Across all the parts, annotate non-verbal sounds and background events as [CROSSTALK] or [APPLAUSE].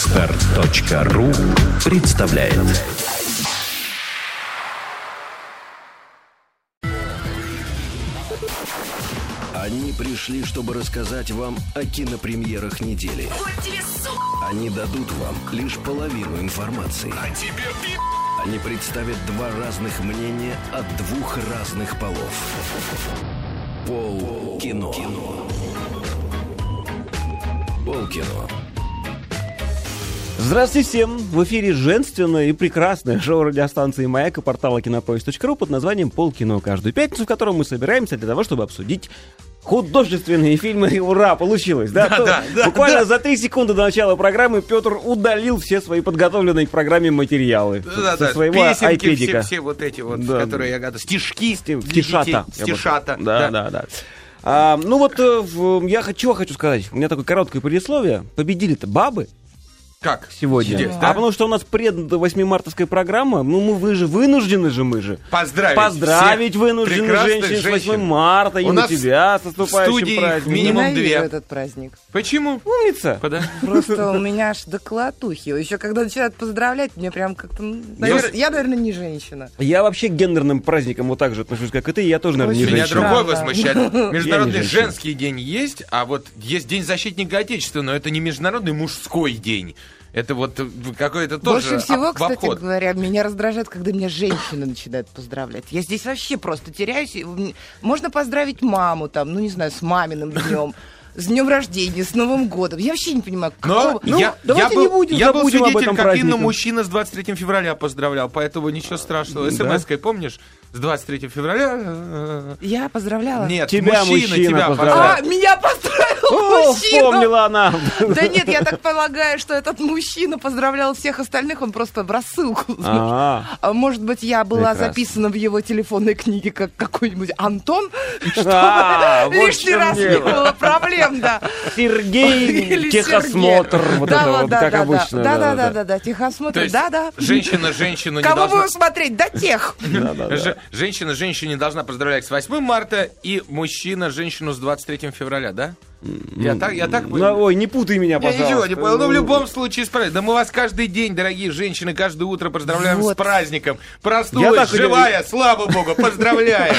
Отстар.ру представляет Они пришли, чтобы рассказать вам о кинопремьерах недели. Они дадут вам лишь половину информации. Они представят два разных мнения от двух разных полов. Пол кино. Пол кино. Здравствуйте всем! В эфире женственное и прекрасное [LAUGHS] шоу радиостанции «Маяк» и портала кинопоиск.ру под названием «Полкино» каждую пятницу, в котором мы собираемся для того, чтобы обсудить художественные фильмы. И ура, получилось, да? То- да, да, Буквально за три секунды до начала программы Петр удалил все свои подготовленные к программе материалы со- Да, со да, своего песенки, все, айпедика. все вот эти вот, Да. которые я гадаю. Стишки. Стим- для детей. Стишата. я бы Стишата. сказал. Да, да, да. А, ну вот э, в- я хочу- чего хочу сказать. У меня такое короткое предисловие. Победили-то бабы Как? сегодня. Здесь, А да? потому что у нас пред 8 мартовская программа, ну мы вы же вынуждены же мы же. Поздравить. Поздравить всех вынуждены прекрасных женщин с 8 женщин. марта и У на нас тебя с в студии наступающим их праздником. минимум Ненавижу две. этот праздник. Почему? Умница. Пода- Просто у меня аж до колотухи. Еще когда начинают поздравлять, мне прям как-то... ну, навер- Я, наверное, не женщина. Я вообще к гендерным праздникам вот так же отношусь, как и ты, и я тоже, наверное, не Очень Меня женщина. жаль. другой Да. возмущает. Международный женщина. женский день есть, а вот есть День защитника Отечества, но это не международный мужской день. Это вот э, какой-то тоже Больше всего, об- в кстати обход. говоря, меня раздражает, когда меня женщины начинают поздравлять. Я здесь вообще просто теряюсь. И мне- Можно поздравить маму там, ну не знаю, с маминым днем. С днем рождения, с Новым годом. Я вообще не понимаю, Но какого... Ну, я, давайте я был, не будем, я был забудем об свидетель, этом как празднике. Инна мужчина с 23 февраля поздравлял, поэтому ничего страшного. Да. СМС-кой, помнишь? С 23 февраля... э, Я поздравляла. Нет, Тебя мужчина, мужчина тебя поздравлял. поздравлял. А, меня поздравил О, мужчина! вспомнила [LAUGHS] она. [LAUGHS] Да нет, я так полагаю, что этот мужчина поздравлял всех остальных, он просто в рассылку. А, А Может быть, я была Прекрасно. записана в его телефонной книге как какой-нибудь Антон, [LAUGHS] [LAUGHS] А, чтобы вот лишний в чем раз не дело. было проблем, да. Сергей, [LAUGHS] Или техосмотр, Сергей. вот Да, это вот, да, как да, обычно. Да, да, да, да, да, техосмотр, да, да. женщина женщину не А, Кого должна... будем смотреть? Да тех. да, да, да. Ж- Женщина женщине должна поздравлять с 8 марта, и мужчина женщину с 23 февраля, да? Я так, я так Ну, ой, не путай меня, Я пожалуйста. ничего не понял. Ну, в любом случае, с праздником. Да мы вас каждый день, дорогие женщины, каждое утро поздравляем с Вот. праздником. Я Проснулась, так и- живая, слава богу, поздравляем.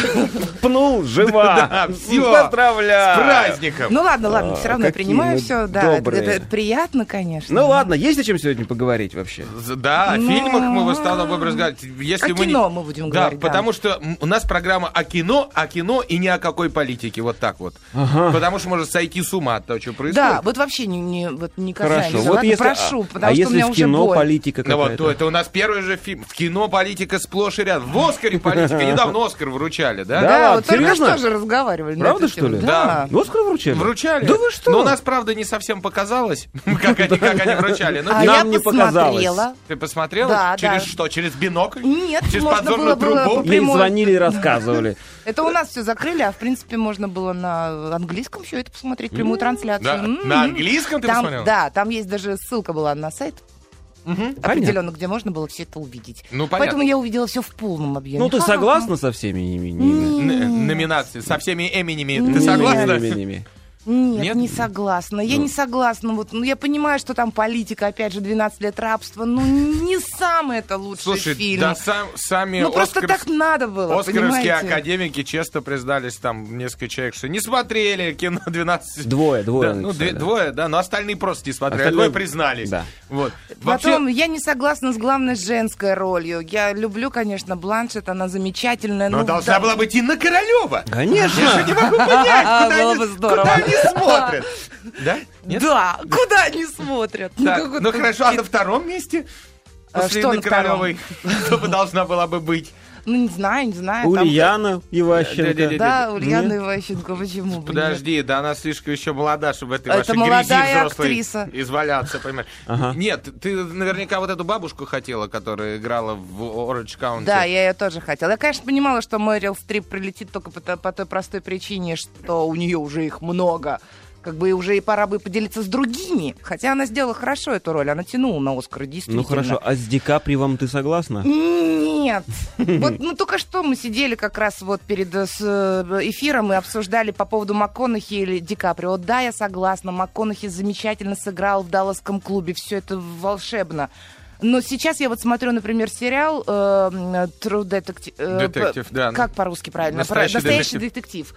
Пнул, жива. [LAUGHS] Да, всё. С Поздравляю. праздником. Ну ладно, ладно, все равно я какие принимаю мы все, да. это- добрые. Это приятно, конечно. Ну ладно, есть о чем сегодня поговорить вообще? З- Да, о Ну, фильмах мы в основном будем разговаривать. Если О мы не- кино мы будем Да, говорить. потому что м, у нас программа о кино, о кино и ни о какой политике. Вот так вот. Потому что может сойти с ума от того, что происходит. Да, вот вообще не, не, вот не касаемся. Хорошо. Ладно, если- прошу, а- потому а что у если меня в уже кино боль. политика Ну вот, какая-то? то это у нас первый же фильм. В кино политика сплошь и рядом. В Оскаре политика. Недавно Оскар вручали, Да? да? Да, ладно, вот только серьезно? что же разговаривали. на Правда, эту что тему. ли? Да. Ну, Оскар вручали? Вручали. Да вы что? Но у нас, правда, не совсем показалось, [LAUGHS] как они, как они вручали. Ну, А Нам я не показалось. посмотрела. ты посмотрела? Да, Через да. что? Через бинокль? Нет, Через можно было, подзорную было трубу? по Ей прямой. звонили и [LAUGHS] рассказывали. Это у нас все закрыли, а в принципе можно было на английском все это посмотреть, прямую трансляцию. Да. М-м. На английском ты посмотрела? Там, да, там есть даже ссылка была на сайт Мгм. определенно, где можно было все это увидеть. Ну, понятно. Поэтому я увидела все в полном объеме. Ну, ты Ха-ха-ха. согласна со всеми ими? ними? Н- Номинации со всеми Эминеми. Не, Ты не, согласна? Ними, ними. Нет, Нет? не согласна. Я не согласна. Вот, ну, я понимаю, что там политика, опять же, 12 лет рабства. Ну, не самый это лучший Слушай, фильм. да сам, сами ну, просто Оскарс- так надо было, Оскаровские понимаете? академики честно признались, там несколько человек, что не смотрели кино 12 Двое, двое. Да, ну, написали. две- двое, да, но остальные просто не смотрели, а Остальные- двое признались. Да. Вот. Вообще, Потом, я не согласна с главной женской ролью. Я люблю, конечно, Бланшет, она замечательная. но ну, должна да. была быть Инна Королева. Конечно. Не могу понять, [LAUGHS] А, куда было они- бы здорово. куда они [LAUGHS] смотрят. Да? Нет? Да, куда они смотрят? Ну, Так, какой-то ну хорошо, а на втором месте? А После что Инны на втором? Королевой, [LAUGHS] кто бы должна была бы быть? Ну, не знаю, не знаю. там- Ульяна Да-да-да-да. Иващенко. Да, Нет? Ульяна Иващенко, почему бы нет? Подожди, да она слишком еще молода, чтобы в этой А вашей Это грязи молодая взрослой актриса. изваляться, понимаешь? Ага. Ну, Нет, ты наверняка вот эту бабушку хотела, которая играла в Orange County. Да, я ее тоже хотела. Я, конечно, понимала, что Мэрил Стрип прилетит только по, то- по той простой причине, что у нее уже их много. Как бы и уже и пора бы поделиться с другими. Хотя она сделала хорошо эту роль, она тянула на Оскар, Ну действительно. хорошо, а с Ди Каприевым ты согласна? М, Нет. Вот, ну, только что мы сидели как раз вот перед э, с, э, эфиром и обсуждали по поводу МакКонахи или Ди Каприо. Да, я согласна, МакКонахи замечательно сыграл в Далласском клубе, все это волшебно. Но сейчас я вот смотрю, например, сериал э, True Detective. э, Детектив, п- да. ну, Как по-русски правильно? Настоящий Про- Настоящий детектив.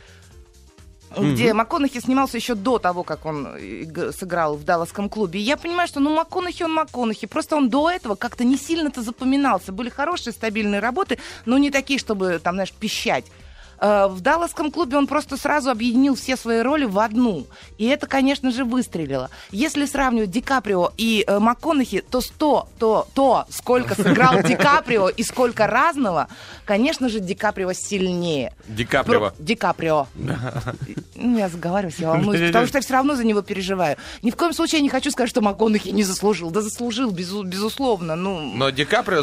Где МакКонахи снимался еще до того, как он э, г- сыграл в Далласском клубе. И я понимаю, что ну МакКонахи он МакКонахи. Просто он до этого как-то не сильно-то запоминался. Были хорошие, стабильные работы, но не такие, чтобы там, знаешь, пищать. Э, В Далласском клубе он просто сразу объединил все свои роли в одну. И это, конечно же, выстрелило. Если сравнивать Ди Каприо и э, МакКонахи, то сто, то, то, сколько сыграл Ди Каприо и сколько разного, конечно же, Ди Каприо сильнее. Ди Каприо. Про- Ди Каприо. Ну, я заговариваюсь, я волнуюсь, потому что я все равно за него переживаю. Ни в коем случае я не хочу сказать, что МакКонахи не заслужил. Да заслужил, безу- безусловно. Ну, Но Ди Каприо Э,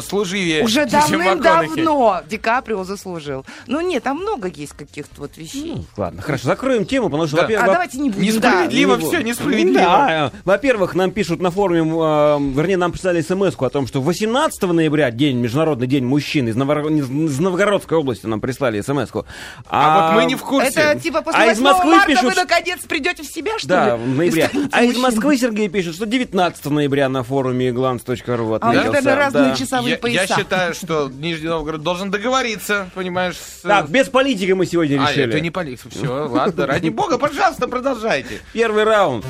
[LAUGHS] служивее, [LAUGHS] уже чем МакКонахи. давным-давно Ди Каприо заслужил. Ну, нет, там много есть каких-то вот вещей. Ладно, хорошо, закроем тему, потому что, Да. А во-первых... во- давайте не будем. да. Несправедливо. Справедливо Ну, всё, несправедливо. Да, э, во-первых, нам пишут на форуме, э, вернее, нам прислали смс о том, что 18 ноября, день, Международный день мужчин, из, Новгород- из Новгородской области нам прислали смс -ку. А вот мы не в курсе. Это типа после А из 8 Москвы марта пишут, вы что- наконец придете в себя, что Да, ли? в ноябре. И станете А из мужчиной. [LAUGHS] Москвы Сергей пишет, что 19 ноября на форуме glans.ru А у них, отметился. наверное, разные да. часовые я, пояса. я считаю, что Нижний Новгород должен договориться, понимаешь? с- Так, без политики мы сегодня а, решили. это не полиция. Все, ладно, ради бога, пожалуйста, продолжайте. Первый раунд.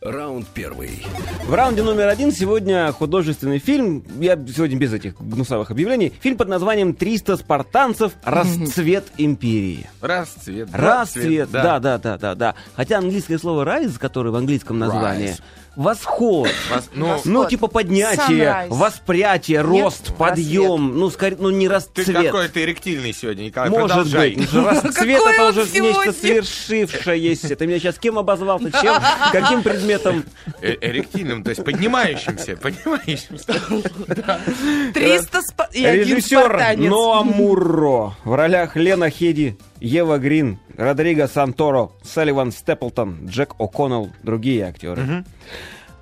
Раунд первый. В раунде номер один сегодня художественный фильм. Я сегодня без этих гнусавых объявлений. Фильм под названием «300 спартанцев. Расцвет империи». Расцвет. Расцвет, да, да, да, да, да. Хотя английское слово «rise», которое в английском названии, Rise. восход. Вас- ну, Расцвет. Ну, типа поднятие, Sunrise. восприятие, рост, подъем. Ну, скорее, ну не ты расцвет. какой-то эректильный сегодня, Николай, Может продолжай. быть, потому что раз цвет Какой это он уже нечто сегодня? свершившееся. Ты меня сейчас кем обозвал? Ты чем? Каким предметом? Э- эректильным, то есть поднимающимся, поднимающимся. 300 спа- и один Режиссер спартанец. Ноа Мурро. В ролях Лена Хеди, Ева Грин, Родриго Санторо, Салливан Степлтон, Джек О'Коннелл, другие актеры.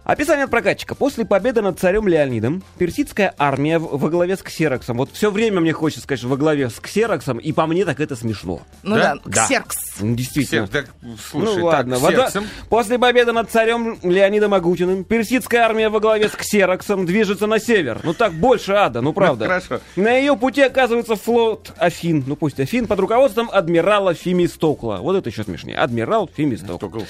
Описание от прокатчика. После победы над царем Леонидом, персидская армия в- во главе с Ксероксом. Вот все время мне хочется сказать, что во главе с Ксероксом, и по мне так это смешно. Ну Да? да, Да. Ксеркс. Ну, [LAUGHS] Действительно. Все, так, слушай, ну так, ладно, вода- сердцем. После победы над царем Леонидом Агутиным персидская армия во главе с Ксероксом движется на север. Ну так больше ада, ну правда. Ну, хорошо. На ее пути оказывается флот Афин, ну пусть Афин, под руководством адмирала Фемистокла. Вот это еще смешнее. Адмирал Фемистокл. Фемистокл.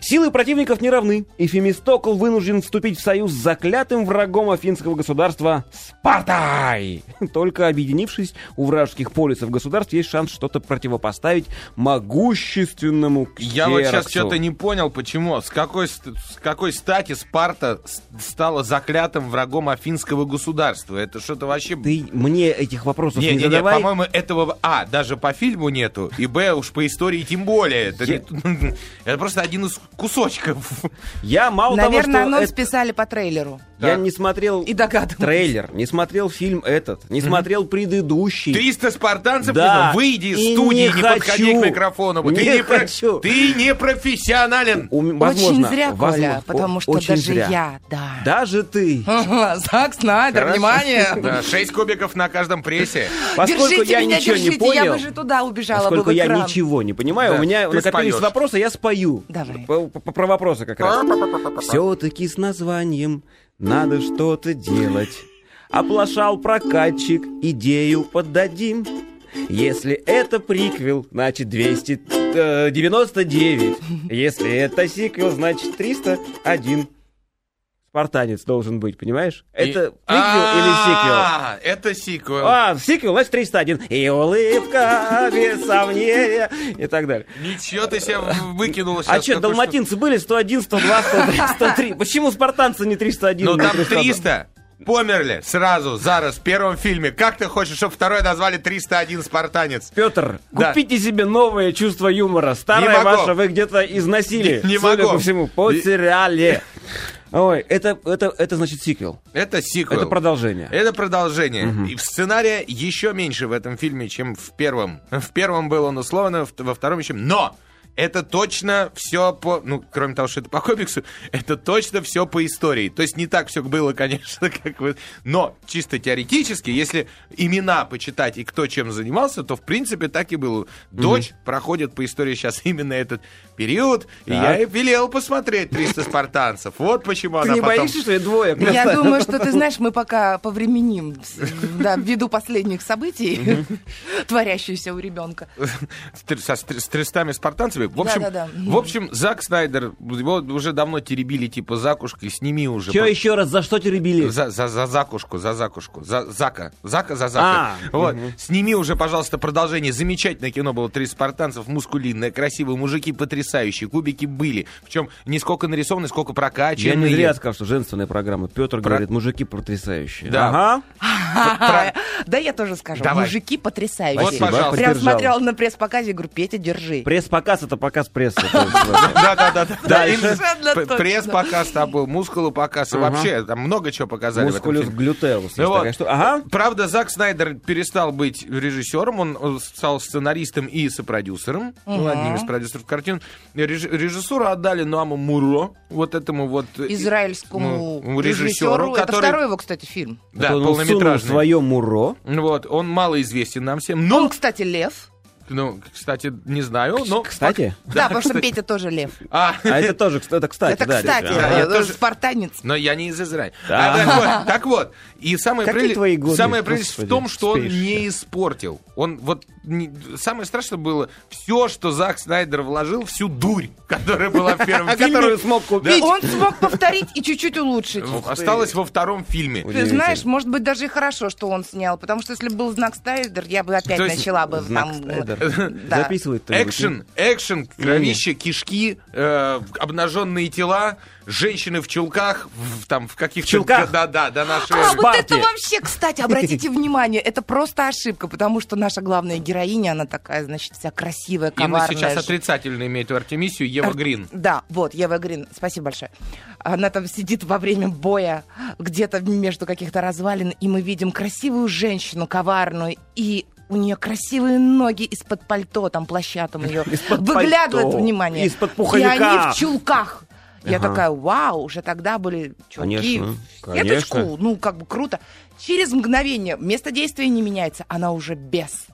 Силы противников не равны, и Фемистокл вынужден вступить в союз с заклятым врагом афинского государства Спартай. [LAUGHS] Только объединившись, у вражеских полисов государств есть шанс что-то противопоставить могущественному Я вот сейчас Ксероксу. что-то не понял, почему, с какой, ст- с какой стати Спарта с- стала заклятым врагом афинского государства? Это что-то вообще... Ты мне этих вопросов не, Не, не, не, задавай. по-моему, этого, а, даже по фильму нету, и, б, уж по истории тем более. Это, Я- не- [LAUGHS] это просто один из кусочков. Я мало Наверное, того, что анонс это- писали по трейлеру. я Да. не смотрел И догадываюсь. трейлер, не смотрел фильм этот, не смотрел предыдущий. 300 спартанцев, Да. не знаю, выйди из И студии, не, не подходи хочу. к микрофону. Ты Не про- хочу. ты не профессионален. У- возможно, Очень зря, возможно, Коля, потому о- что очень даже зря. я, Ну, да. Даже ты. [LAUGHS] Ага, Зак Снайдер, Хорошо. внимание! [LAUGHS] Да, 6 кубиков на каждом прессе. Поскольку держите я меня, ничего держите, не понял, я бы же туда убежала поскольку бы в я экран. ничего не понимаю, Да, у меня ты накопились споёшь. вопросы, я спою. Давай. П- п- Про вопросы как раз. Все-таки с названием надо что-то делать. Оплошал прокатчик, идею поддадим. Если это приквел, значит 299. Если это сиквел, значит 301. Спартанец должен быть, понимаешь? Это приквел или сиквел? А, Это сиквел. А, сиквел, значит, 301. И улыбка [LAUGHS] без сомнения. И так далее. Ничего ты себя выкинул сейчас. А что, какой далматинцы были 101, 102, 103, 103? Почему спартанцы не 301? Ну не там 302? 300. Померли сразу, зараз, в первом фильме. Как ты хочешь, чтобы второй назвали 301 «Спартанец»? Петр, Да. купите себе новое чувство юмора. Старое Не могу. ваше вы где-то износили. Не- не Судя могу. по всему, потеряли. Ой, это, это, это значит сиквел. Это сиквел. Это продолжение. Это продолжение. И в сценария еще меньше в этом фильме, чем в первом. В первом был он условно, в- во втором еще... Но! это точно все по... Ну, кроме того, что это по комиксу, это точно все по истории. То есть не так все было, конечно, [LAUGHS] как вы... Но чисто теоретически, если имена почитать и кто чем занимался, то, в принципе, так и было. Дочь проходит по истории сейчас именно этот период, и я Так. и велел посмотреть 300 спартанцев. Вот почему Ты она не потом... боишься, что я двое? Я думаю, что ты знаешь, мы пока повременим, с- да, ввиду последних событий, творящихся у ребенка. с тр- со стр- с трестами спартанцами. В общем, Да-да-да. в общем, Зак Снайдер, его уже давно теребили, типа, закушкой, сними уже. Че По- еще раз, за что теребили? За, за, за закушку, за закушку, за зака, зака, за зака. А, вот, сними уже, пожалуйста, продолжение. Замечательное кино было «Три спартанцев», мускулинное, красивые мужики, потрясающие, кубики были. Причем не сколько нарисованы, сколько Я прокачаны. не зря сказал, что женственная программа. Петр Про- говорит, мужики потрясающие. Да. Ага. Про- Да я тоже скажу. Давай. Мужики Вот, потрясающие. пожалуйста. Прям Поддержал. смотрел на пресс-показе, говорю, Петя, держи. Пресс-показ это показ [LAUGHS] прессы. То есть, вот. Да, да, да, да. да. Дальше. Совершенно П- точно. Пресс-показ там был, мускулопоказ, и Ага. вообще там много чего показали. в этом Мускулюс фильме. глютеус. есть Ну вот. такая штука. Ага. Правда, Зак Снайдер перестал быть режиссером, он э, стал сценаристом и сопродюсером, ну, одним из продюсеров картин. Реж- режиссуру отдали Нуаму Муро, вот этому вот... э, Израильскому ну, режиссеру. Это который- второй его, кстати, фильм. Да, Это он всунул полнометражный. свое муро. Вот, он малоизвестен нам всем, но, Он, кстати, лев. ну, кстати, не знаю, но... Кстати. [LAUGHS] Да, потому что Петя тоже лев. А, [LAUGHS] А это тоже, кстати, это кстати, Это, да, кстати, действительно. да, я э, тоже- спартанец. Но я не из Израиля. Да. А, так, вот, так вот, и самое Какие прелесть, твои годы, самая прелесть в господи, том, что он спишь. не испортил. Он вот не- самое страшное было все, что Зак Снайдер вложил, всю дурь, которая была [LAUGHS] в первом А фильме, которую смог купить. Он смог повторить и чуть-чуть улучшить. осталась во втором фильме. Ты знаешь, может быть, даже и хорошо, что он снял, потому что если бы был знак Стайдер, я бы опять То есть начала бы Знак там, [LAUGHS] э, Снайдер. да. Записывает кто-нибудь, Экшен, экшен, кровище, кишки, э, обнаженные тела, женщины в чулках, в, там в каких-то... В чулках? Да, да, да, наши... А вот Спарти. это вообще, [LAUGHS] кстати, обратите внимание, это просто ошибка, потому что наша главная героиня, она такая, значит, вся красивая, Именно коварная. сейчас ж- отрицательно имеет в Артемисию Ева Грин. Да, вот, Ева Грин, спасибо большое. Она там сидит во время боя, где-то между каких-то развалин, и мы видим красивую женщину, коварную, и у нее красивые ноги из-под пальто, там плаща там ее [LAUGHS] Из-под выглядывает, пальто, внимание. из-под И они пуховика. в чулках. Я Ага. такая, вау, уже тогда были чулки. Конечно, в сеточку, конечно. ну как бы круто. Через мгновение место действия не меняется, она уже без.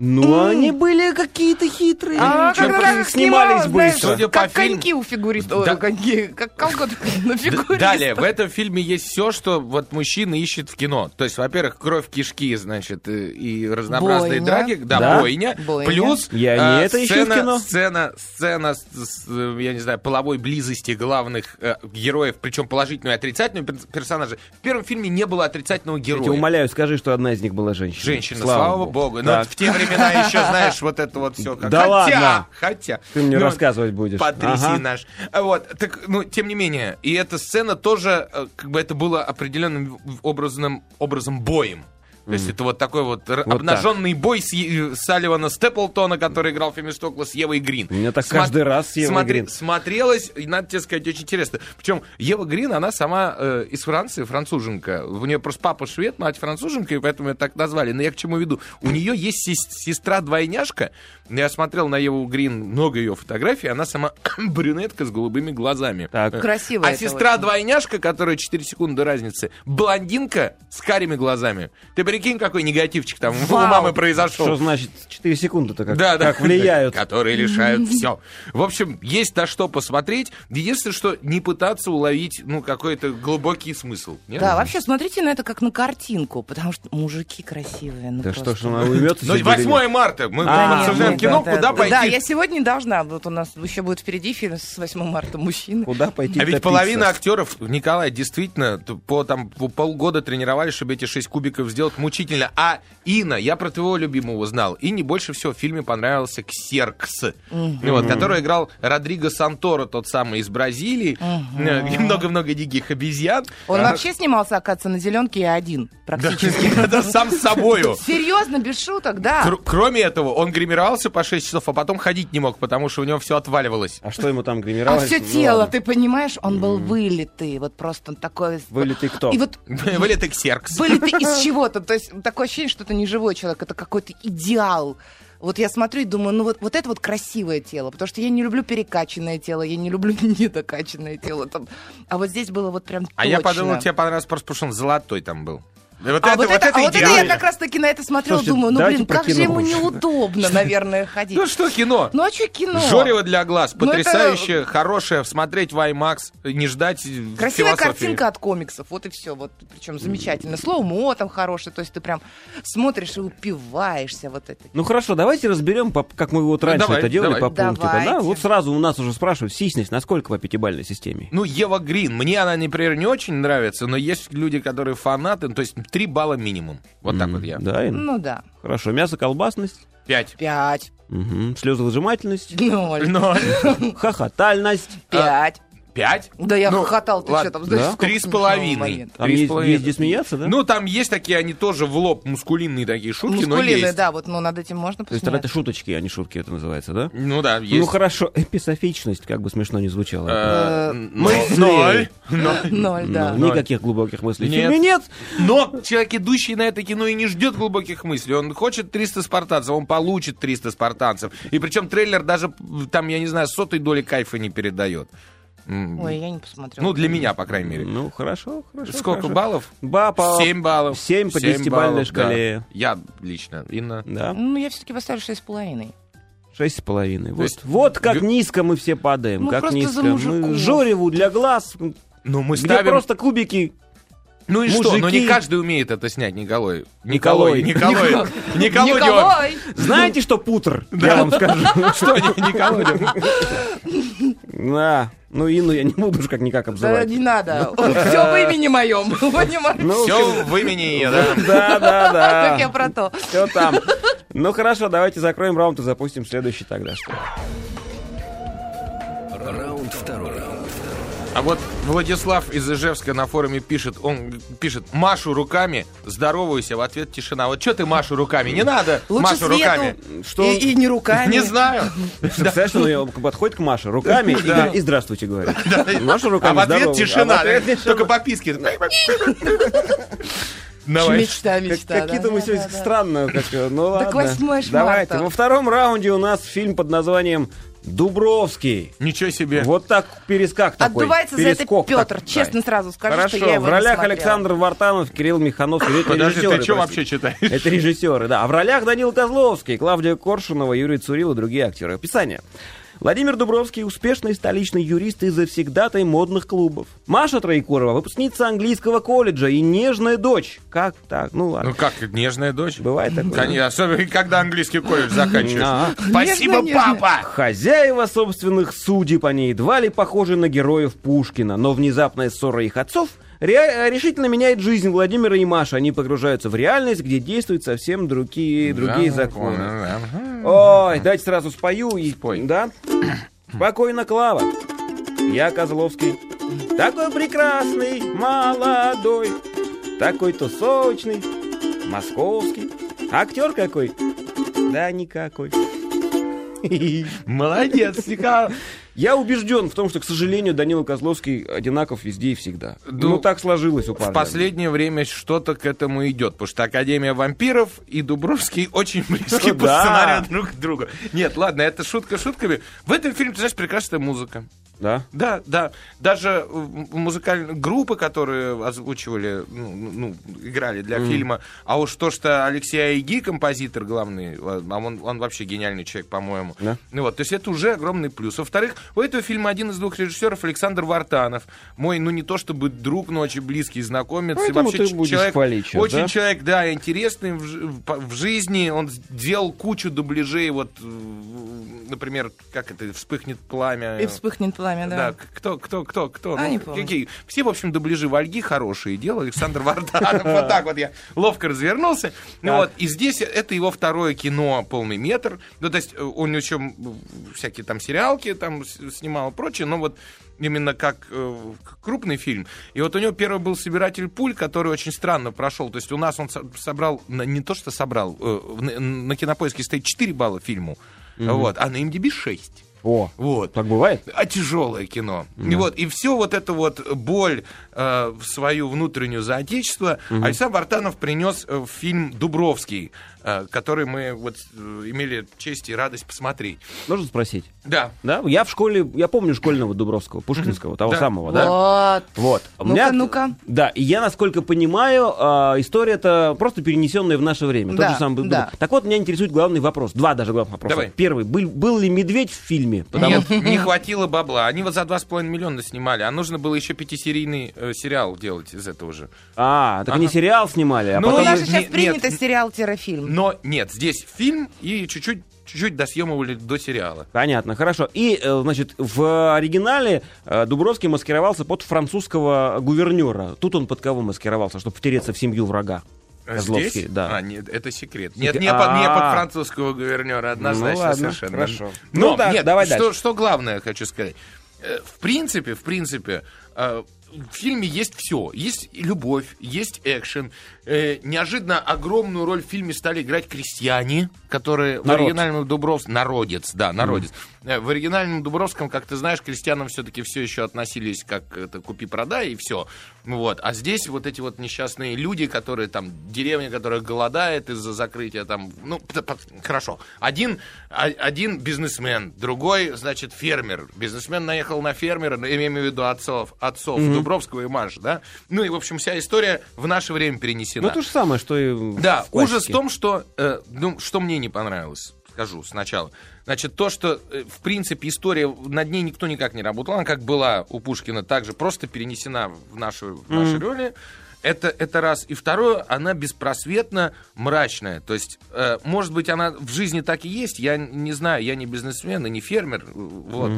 Ну, они были какие-то хитрые. А Чё, когда Ну, просто раз снимались снимала, быстро. знаешь, Судя по как фильму- коньки у фигурист, Да. ой, коньки, как колготки [LAUGHS] на фигуристов. Далее, в этом фильме есть все, что вот мужчина ищет в кино. То есть, во-первых, кровь кишки, значит, э, и разнообразные Бойня. драки, да, Да. бойня, Бойня. плюс Я э, не это ищу в сцена, кино. сцена, сцена, с- с, э, я не знаю, половой близости главных э, героев, причем положительную и отрицательную пер- персонажа. В первом фильме не было отрицательного Я героя. тебя умоляю, скажи, что одна из них была женщина. Женщина, слава, богу. Ну, Но Так. в те времена еще, знаешь, вот это вот все. Да хотя, ладно. хотя. Ты мне Ну, рассказывать будешь. Потряси Ага. наш. А Вот, так, ну, тем не менее, и эта сцена тоже, э, как бы это было определенным в- образным, образом боем. То есть это вот такой вот, р- Вот обнаженный бой с Е- э, Салливана Степлтона, который играл в фильме «Стокла» с Евой Грин. У меня так каждый раз с Евой Грин. Смотрелось, и, надо тебе сказать, очень интересно. Причем Ева Грин, она сама э, из Франции, француженка. У нее просто папа швед, мать француженка, и поэтому ее так назвали. Но я к чему веду? У нее есть сес- сестра-двойняшка. Я смотрел на Еву Грин много ее фотографий. Она сама [CLEARS THROAT] брюнетка с голубыми глазами. Так. Красиво А это очень. сестра-двойняшка, которая 4 секунды разницы, блондинка с карими глазами. Ты прикинь, какой негативчик там у Вау. мамы произошел. Что значит 4 секунды-то как, Да, да. как влияют? Которые решают все. В общем, есть на что посмотреть. Единственное, что не пытаться уловить, ну, какой-то глубокий смысл. Нет? Да, вообще смотрите на это как на картинку, потому что мужики красивые. Ну Да что просто. ж она уймется Ну, сегодня или нет? 8 марта. Мы А, Да нет, обсуждаем ну, кино, да, куда да, Да, я пойти. сегодня должна. Вот у нас еще будет впереди фильм с 8 марта мужчины. Куда пойти А ведь топиться? половина актеров, Николай, действительно, т- по, там, по полгода тренировались, чтобы эти 6 кубиков сделать мучительно. А Инна, я про твоего любимого знал. Инне больше всего в фильме понравился Ксеркс, вот, который играл Родриго Санторо, тот самый из Бразилии. Э, Много-много диких обезьян. Он А, вообще снимался, оказывается, на зеленке и один практически. Это сам с собою. [LAUGHS] Серьезно, без шуток, да. Кр- Кроме этого, он гримировался по 6 часов, а потом ходить не мог, потому что у него все отваливалось. [LAUGHS] А что ему там А гримировать? все Ну, тело, ладно. ты понимаешь, он был вылитый, вот просто он такой. Вылитый кто? И вот Вылет Ксеркс. [LAUGHS] вылиты из чего-то. То есть такое ощущение, что это не живой человек, это какой-то идеал. Вот я смотрю и думаю, ну вот, вот это вот красивое тело, потому что я не люблю перекачанное тело, я не люблю [LAUGHS] недокачанное тело. Там. А вот здесь было вот прям А я точно. подумал, тебе понравился просто потому что он золотой там был. И Вот А это, вот, вот это, а это вот это я идеально. как раз таки на это смотрела, Слушайте, думаю, ну давайте блин, про как же кино ему лучше. [LAUGHS] неудобно, наверное, ходить. Ну что кино? Ну а что кино? Жорево для глаз, Ну, это- потрясающе, хорошее, смотреть в IMAX, не ждать э, Красивая философии. картинка от комиксов, вот и все, вот причем замечательно. Слоумо там хорошее, то есть ты прям смотришь и упиваешься вот это. Ну хорошо, давайте разберем, по- как мы вот Ну, раньше давай, это делали давай. по пункту. Да, Давайте. вот сразу у нас уже спрашивают, сисность, насколько по пятибалльной системе? Ну, Ева Грин, мне она, например, не очень нравится, но есть люди, которые фанаты, ну, то есть 3 балла минимум. Вот так М, вот я. Да, Инна? Ну да, хорошо. Мясо, колбасность, 5. пять, [LAUGHS] мгм, слезовыжимательность, ноль, [LAUGHS] 0. Ну. хохотальность. пять. 5? А, Да я хохотал, ты что там, знаешь, ну, Да? сколько Три с смешного половиной. момента. Там Три с есть- половиной. есть где смеяться, да? Ну, там есть такие, они тоже в лоб, мускулинные такие шутки, но Мускулины, есть. да, вот, ну над этим можно То есть тогда это посмотреть. шуточки, а не шутки это называется, да? Ну да, Ну есть. хорошо, эписофичность, как бы смешно ни звучало. Э, Э, но- мысли. [LAUGHS] Ноль. Э, Ноль. Ноль, да. Ну, Никаких глубоких мыслей в Нет. фильме нет. Но человек, идущий на это кино, и не ждет глубоких мыслей. Он хочет 300 спартанцев, он получит 300 спартанцев. И причем трейлер даже, там, я не знаю, сотой доли кайфа не передает. М, Ой, я не посмотрела. Ну, для меня, по крайней мере. Ну хорошо, хорошо. Сколько хорошо. баллов? Ба по... 7 баллов. семь по Семь десятибалльной баллов, да. шкале. Я лично. Инна. Да, Ну, я все-таки поставлю шесть с половиной. шесть с половиной. Вот, есть- вот как низко мы все падаем, Ну, как просто за низко. Мы мужиков. Жореву для глаз, Ну, мы где просто кубики. Ну и что? Но не мужики. каждый умеет это снять, Николай. Николай. Николай. Николай. Николай. [LAUGHS] Николай! Знаете, что путр? Я вам скажу. Что, не- Николай? Да. Ну, Инну я не буду уж как-никак Да обзывать. не надо. Все в имени [LAUGHS] моем, понимаешь? Ну, Все в имени ее, да? Да, [LAUGHS] да, Как я да. про А то. Все там. Ну хорошо, давайте закроем раунд и запустим следующий тогда. что ли. Раунд второй. А вот Владислав из Ижевска на форуме пишет, он пишет, машу руками, здороваюсь, а в ответ тишина. Вот что ты машу руками? Не надо Лучше машу свету руками. Что? и, и не руками. Не [LAUGHS] знаю. Представляешь, что он подходит к Маше руками и Да. говорит, и здравствуйте, говорит. Маша руками, а в ответ здорово. тишина. А в ответ тишина. Только по писке. Давай. Мечта, Как- мечта. Какие-то да, мы да, сегодня да, да. странно, как, э, ну ладно. Так 8 ж Давайте. марта. Во втором раунде у нас фильм под названием «Дубровский». Ничего себе. Вот так перескак такой. Отдувается за это перескок Петр. так. Честно сразу скажу, Хорошо, что я его в ролях не смотрела. Александр Вартанов, Кирилл Миханов. и это Подожди, ты режиссеры, простите. что вообще читаешь? Это режиссеры, да. А в ролях Данил Козловский, Клавдия Коршунова, Юрий Цурил и другие актеры. Описание. Владимир Дубровский – успешный столичный юрист и завсегдатай модных клубов. Маша Троекурова – выпускница английского колледжа и нежная дочь. Как так? Ну ладно. Ну как, нежная дочь? Бывает такое. Конечно, особенно когда английский колледж заканчиваешь. Ага. Спасибо, Нежно-нежно. папа! Хозяева собственных судеб, они едва ли похожи на героев Пушкина, но внезапная ссора их отцов ре- решительно меняет жизнь Владимира и Маши. Они погружаются в реальность, где действуют совсем другие, другие ну, законы. Ой, дайте сразу спою и... Спой. Да? Спокойно, Клава. Я Козловский. Такой прекрасный, молодой, такой то сочный, московский. Актер какой? Да никакой. Молодец, Николай. Я убежден в том, что, к сожалению, Данила Козловский одинаков везде и всегда. Ну, Ну, так сложилось у парня. В последнее время что-то к этому идет, потому что Академия вампиров и Дубровский очень близки по Да. сценарию друг к другу. Нет, ладно, это шутка шутками. В этом фильме, ты знаешь, прекрасная музыка. Да? Да, да. Даже э, м, музыкальные группы, которые озвучивали, ну, ну, играли для фильма. А уж то, что Алексей Айги, композитор главный, а он, он вообще гениальный человек, по-моему. Да. Ну вот, то есть это уже огромный плюс. Во-вторых, у этого фильма один из двух режиссеров Александр Вартанов. Мой, ну не то чтобы друг, но очень близкий знакомец. Поэтому и Ну, ты вообще ч- будешь человек, хвалить сейчас, очень да? человек, да, интересный в, жи- в по- в жизни. Он сделал кучу дубляжей, вот, э, например, как это, «Вспыхнет пламя». И вспыхнет пламя, Да, да. к- кто, кто, кто, кто? Ну, А, не помню. какие- Все, в общем, дубляжи Вальги хорошие делал Александр Варданов. Вот так вот я ловко развернулся. Ну Так. вот, и здесь это его второе кино «Полный метр». Ну, то есть э, он еще м, всякие там сериалки там с- снимал и прочее, но вот именно как э, к- крупный фильм. И вот у него первый был «Собиратель пуль», который очень странно прошел. То есть у нас он со- собрал, на- не то что собрал, э, в- на на кинопоиске стоит 4 балла фильму, вот, а на MDB 6. О, Вот. так бывает? А тяжелое кино. И вот, и все вот это вот боль э, в свою внутреннюю за отечество Александр Бартанов принес э, в фильм Дубровский, э, который мы вот э, имели честь и радость посмотреть. Можно спросить? Да. Да, я в школе, я помню школьного Дубровского, Пушкинского, того Да. самого, да? Вот. Вот. У Ну-ка, меня- ну-ка. Да, и я, насколько понимаю, а, история-то просто перенесенная в наше время. Тот Да, же самый был да. Дубов. Так вот, меня интересует главный вопрос. Два даже главных вопроса. Давай. Первый. Был, был ли медведь в фильме? Нет, [LAUGHS] не хватило бабла. Они вот за 2,5 миллиона снимали, а нужно было еще пятисерийный э, сериал делать из этого же. А, так они Ага. сериал снимали, а Ну, Ну, у потом... нас не- же сейчас не- принято нет. сериал-фильм. Но нет, здесь фильм и чуть-чуть, чуть-чуть досъемывали до сериала. Понятно, хорошо. И, э, значит, в оригинале э, Дубровский маскировался под французского гувернера. Тут он под кого маскировался, чтобы втереться в семью врага? А Козловский, здесь? да. А, нет, это секрет. Нет, Секрет. не, под, не под А. французского гувернера, однозначно Ну ладно, совершенно. хорошо. Но, Ну да, нет, давай что, дальше. что главное, хочу сказать. Э, В принципе, в принципе, э, в фильме есть все. Есть и любовь, есть экшен. Э, Неожиданно огромную роль в фильме стали играть крестьяне, которые в Народ. оригинальном Дубровском... Народец, да, народец. Э, В оригинальном Дубровском, как ты знаешь, к крестьянам все-таки все еще относились как это купи-продай и все. Вот. А здесь вот эти вот несчастные люди, которые там, деревня, которая голодает из-за закрытия там, ну, п- п- хорошо. Один, а- один бизнесмен, другой, значит, фермер. Бизнесмен наехал на фермера, ну, я имею в виду отцов, отцов Дубровского и Маш, да? Ну и, в общем, вся история в наше время перенесена. Ну, то же самое, что и в Да, классике. ужас в том, что, э, ну, что мне не понравилось, скажу сначала. Значит, то, что, э, в принципе, история, над ней никто никак не работал, она как была у Пушкина, также просто перенесена в нашу, в наши роли. Это, это раз. И второе, она беспросветно мрачная. То есть, э, может быть, она в жизни так и есть, я не знаю, я не бизнесмен и не фермер, э, вот.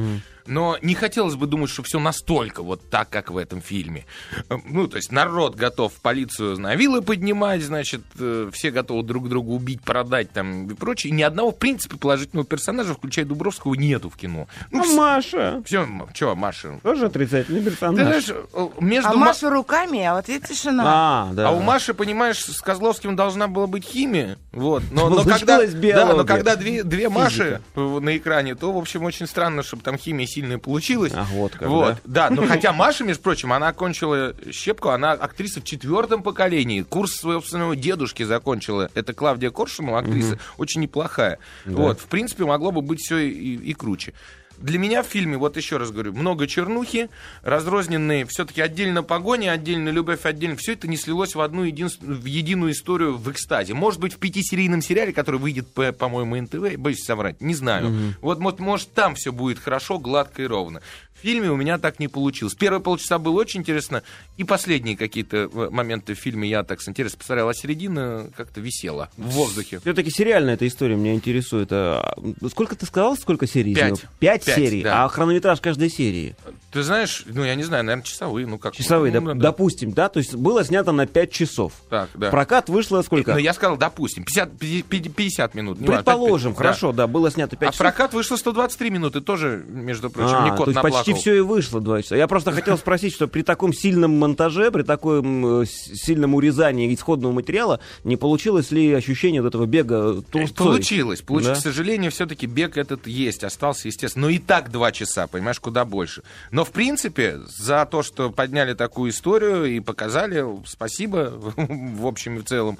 Но не хотелось бы думать, что все настолько вот так, как в этом фильме. Э, Ну, то есть народ готов полицию на вилы поднимать, значит, э, все готовы друг друга убить, продать там и прочее. И ни одного, в принципе, положительного персонажа, включая Дубровского, нету в кино. Ну, А Маша все, что, Маша? тоже отрицательный Ты персонаж. знаешь, э, между... А Ма- Маша руками, а вот видите, тишина. А, да. А у Маши, понимаешь, с Козловским должна была быть химия. Вот. Но, но Получилась когда, да, биология. но когда две, две Маши э, на экране, то, в общем, очень странно, чтобы там химия сильная получилась. А, вот как, Вот, да. но хотя Маша, между прочим, она окончила щепку, она актриса в четвертом поколении. Курс своего собственного дедушки закончила. Это Клавдия Коршунова, актриса, очень неплохая. Вот, в принципе, могло бы быть все и, и круче. Для меня в фильме, вот еще раз говорю, много чернухи, разрозненные, все-таки отдельно погони, отдельно любовь, отдельно. Все это не слилось в одну единственную, в единую историю в экстазе. Может быть, в пятисерийном сериале, который выйдет, по- по-моему, НТВ, боюсь соврать, не знаю. Вот, может, может, там все будет хорошо, гладко и ровно. В фильме у меня так не получилось. Первые полчаса было очень интересно, и последние какие-то э, моменты в фильме я так с интересом посмотрел, а середина как-то висела в воздухе. Все-таки сериальная эта история меня интересует. А, Сколько ты сказал, сколько серий? из Пять. него? Пять, Пять, серий, да. а хронометраж каждой серии? Ты знаешь, ну, я не знаю, наверное, часовые, ну как. Часовые, ну, доп- да. допустим, да? То есть было снято на пять часов. Так, да. В прокат вышло сколько? Но я сказал, допустим, 50, пи- пи- 50 минут. не важно, Предположим, опять- хорошо, да. было снято да. 5 А в часов. прокат вышло 123 минуты, тоже, между прочим, А, не то кот есть наплакал. почти все и вышло два часа. Я просто хотел спросить, что при таком сильном монтаже, при таком э, с- сильном урезании исходного материала, не получилось ли ощущение вот этого бега Э, Толстой? [LAUGHS] Получилось, получилось. Да. К сожалению, все-таки бег этот есть, остался, естественно. Но и так два часа, понимаешь, куда больше. Но, в принципе, за то, что подняли такую историю и показали, спасибо, [LAUGHS] в общем и в целом.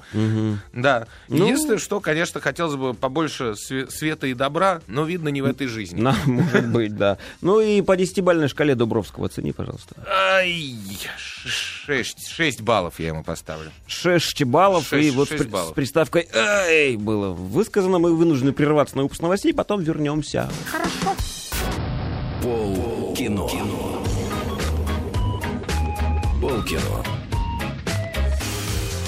Да. Ну- Единственное, что, конечно, хотелось бы побольше све- света и добра, но видно не в этой жизни. На, может быть, да. Ну и по десятибальной шкале Дубровского оцени, пожалуйста. Ай, ш- шесть, шесть баллов я ему поставлю. 6 баллов, Шесть- и вот с шесть при- баллов. с приставкой «Эй!» было высказано. Мы вынуждены прерваться на выпуск новостей, потом вернемся. Пол кино. Пол кино.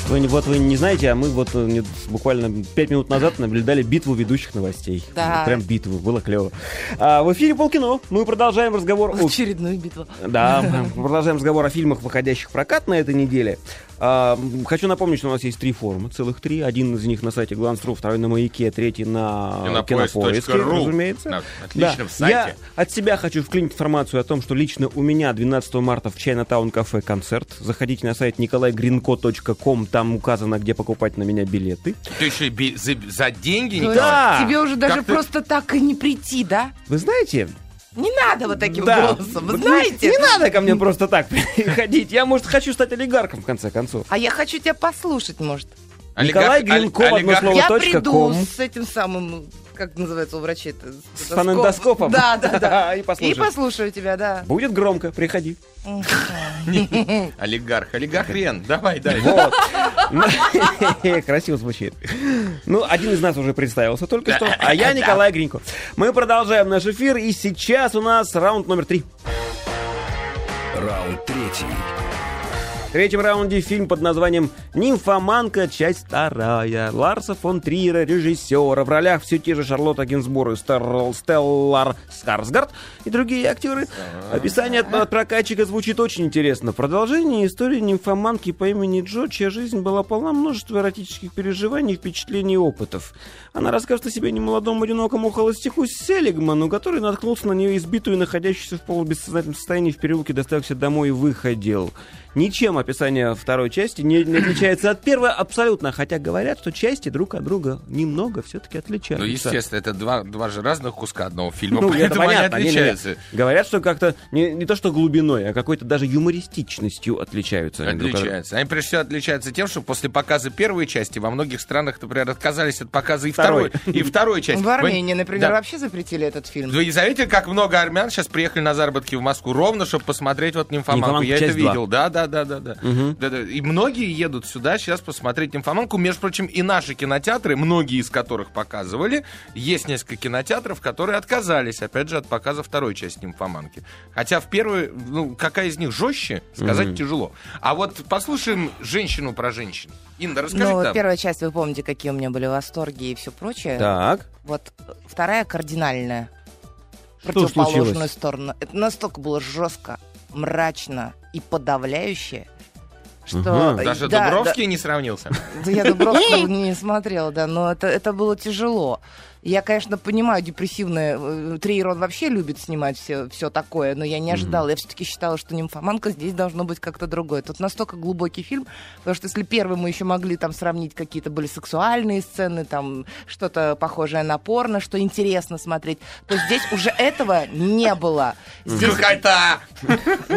Вы, не- вот вы не знаете, а мы вот э, не- буквально 5 минут назад наблюдали битву ведущих новостей. Да. Прям битву, было клево. А, в эфире Полкино. Мы продолжаем разговор о Очередную битву. [LAUGHS] Да, мы продолжаем разговор о фильмах, выходящих в прокат на этой неделе. А, м, хочу напомнить, что у нас есть три форума, целых три. Один из них на сайте Glance.ru, второй на Маяке, третий на Кинопоиске, Кинопоиск.ру. разумеется. На Да. отличном сайте. Я от себя хочу вклинить информацию о том, что лично у меня 12 марта в Чайнатаун кафе концерт. Заходите на сайт николайгринко.ком, там указано, где покупать на меня билеты. Ты еще и би- за, за деньги, То Николай? Да. есть Тебе уже даже Как ты- просто так и не прийти, да? Вы знаете, Не надо вот таким да, голосом, вы вы знаете? не надо ко мне просто так [LAUGHS] приходить. Я, может, хочу стать олигархом, в конце концов. А я хочу тебя послушать, может. Николай Гринков, одно олигарх- слово. я точка приду ком. с этим самым, как называется у врачей это? С фонендоскопом? Да, [LAUGHS] да, да. И И послушай. послушаю тебя, да. Будет громко, приходи. олигарх, олигарх хрен. Давай, дай. Вот. [LAUGHS] Красиво звучит. Ну, один из нас уже представился только что, а я Николай Гринько. Мы продолжаем наш эфир, и сейчас у нас раунд номер три. Раунд третий. В третьем раунде фильм под названием «Нимфоманка. Часть вторая». Ларса фон Триера, режиссера. В ролях все те же Шарлотта Гинзбург и Стар- Стеллар Скарсгард и другие актеры. Описание от, от прокатчика звучит очень интересно. Продолжение истории нимфоманки по имени Джо, чья жизнь была полна множества эротических переживаний, впечатлений и опытов. Она расскажет о себе немолодому одинокому холостяку Селигману, который наткнулся на нее избитую, находящуюся в полубессознательном состоянии в переулке, доставился домой и выходил. Ничем описание второй части не, не отличается от первой абсолютно, хотя говорят, что части друг от друга немного все-таки отличаются. Ну, естественно, это два, два же разных куска одного фильма, Ну, это поэтому они понятно, не-не-не. отличаются. Говорят, что как-то не, не то что глубиной, а какой-то даже юмористичностью отличаются. они друг от друга. Отличаются. Они прежде всего отличаются тем, что после показа первой части во многих странах, например, отказались от показа и Второй. второй, и [LAUGHS] второй части. В Армении, например, Да. вообще запретили этот фильм. Ну, Вы не заметили, как много армян сейчас приехали на заработки в Москву ровно, чтобы посмотреть вот «Нимфоманку». «Нимфоманку» Я это часть два. видел. Да, да, да, да, да. Да, да. И многие едут сюда сейчас посмотреть «Нимфоманку». Между прочим, и наши кинотеатры, многие из которых показывали, есть несколько кинотеатров, которые отказались, опять же, от показа второй части «Нимфоманки». Хотя в первой, ну, какая из них жестче, сказать тяжело. А вот послушаем «Женщину про женщин». Инна, расскажи Ну, нам. первая часть, вы помните, какие у меня были восторги и все прочее. Так. Вот э, вторая кардинальная. Что противоположную случилось? сторону. Это настолько было жестко, мрачно и подавляюще, что... Ага. Даже да, Дубровский не сравнился. да, да я Дубровского не смотрела, да, но это, это было тяжело. Я, конечно, понимаю, депрессивное. э, Триер, он вообще любит снимать все, все такое, но я не ожидала. Я все-таки считала, что «Нимфоманка» здесь должно быть как-то другое. Тут настолько глубокий фильм, потому что если первый мы еще могли там сравнить какие-то были сексуальные сцены, там что-то похожее на порно, что интересно смотреть, то здесь уже этого не было. Здесь Какая-то...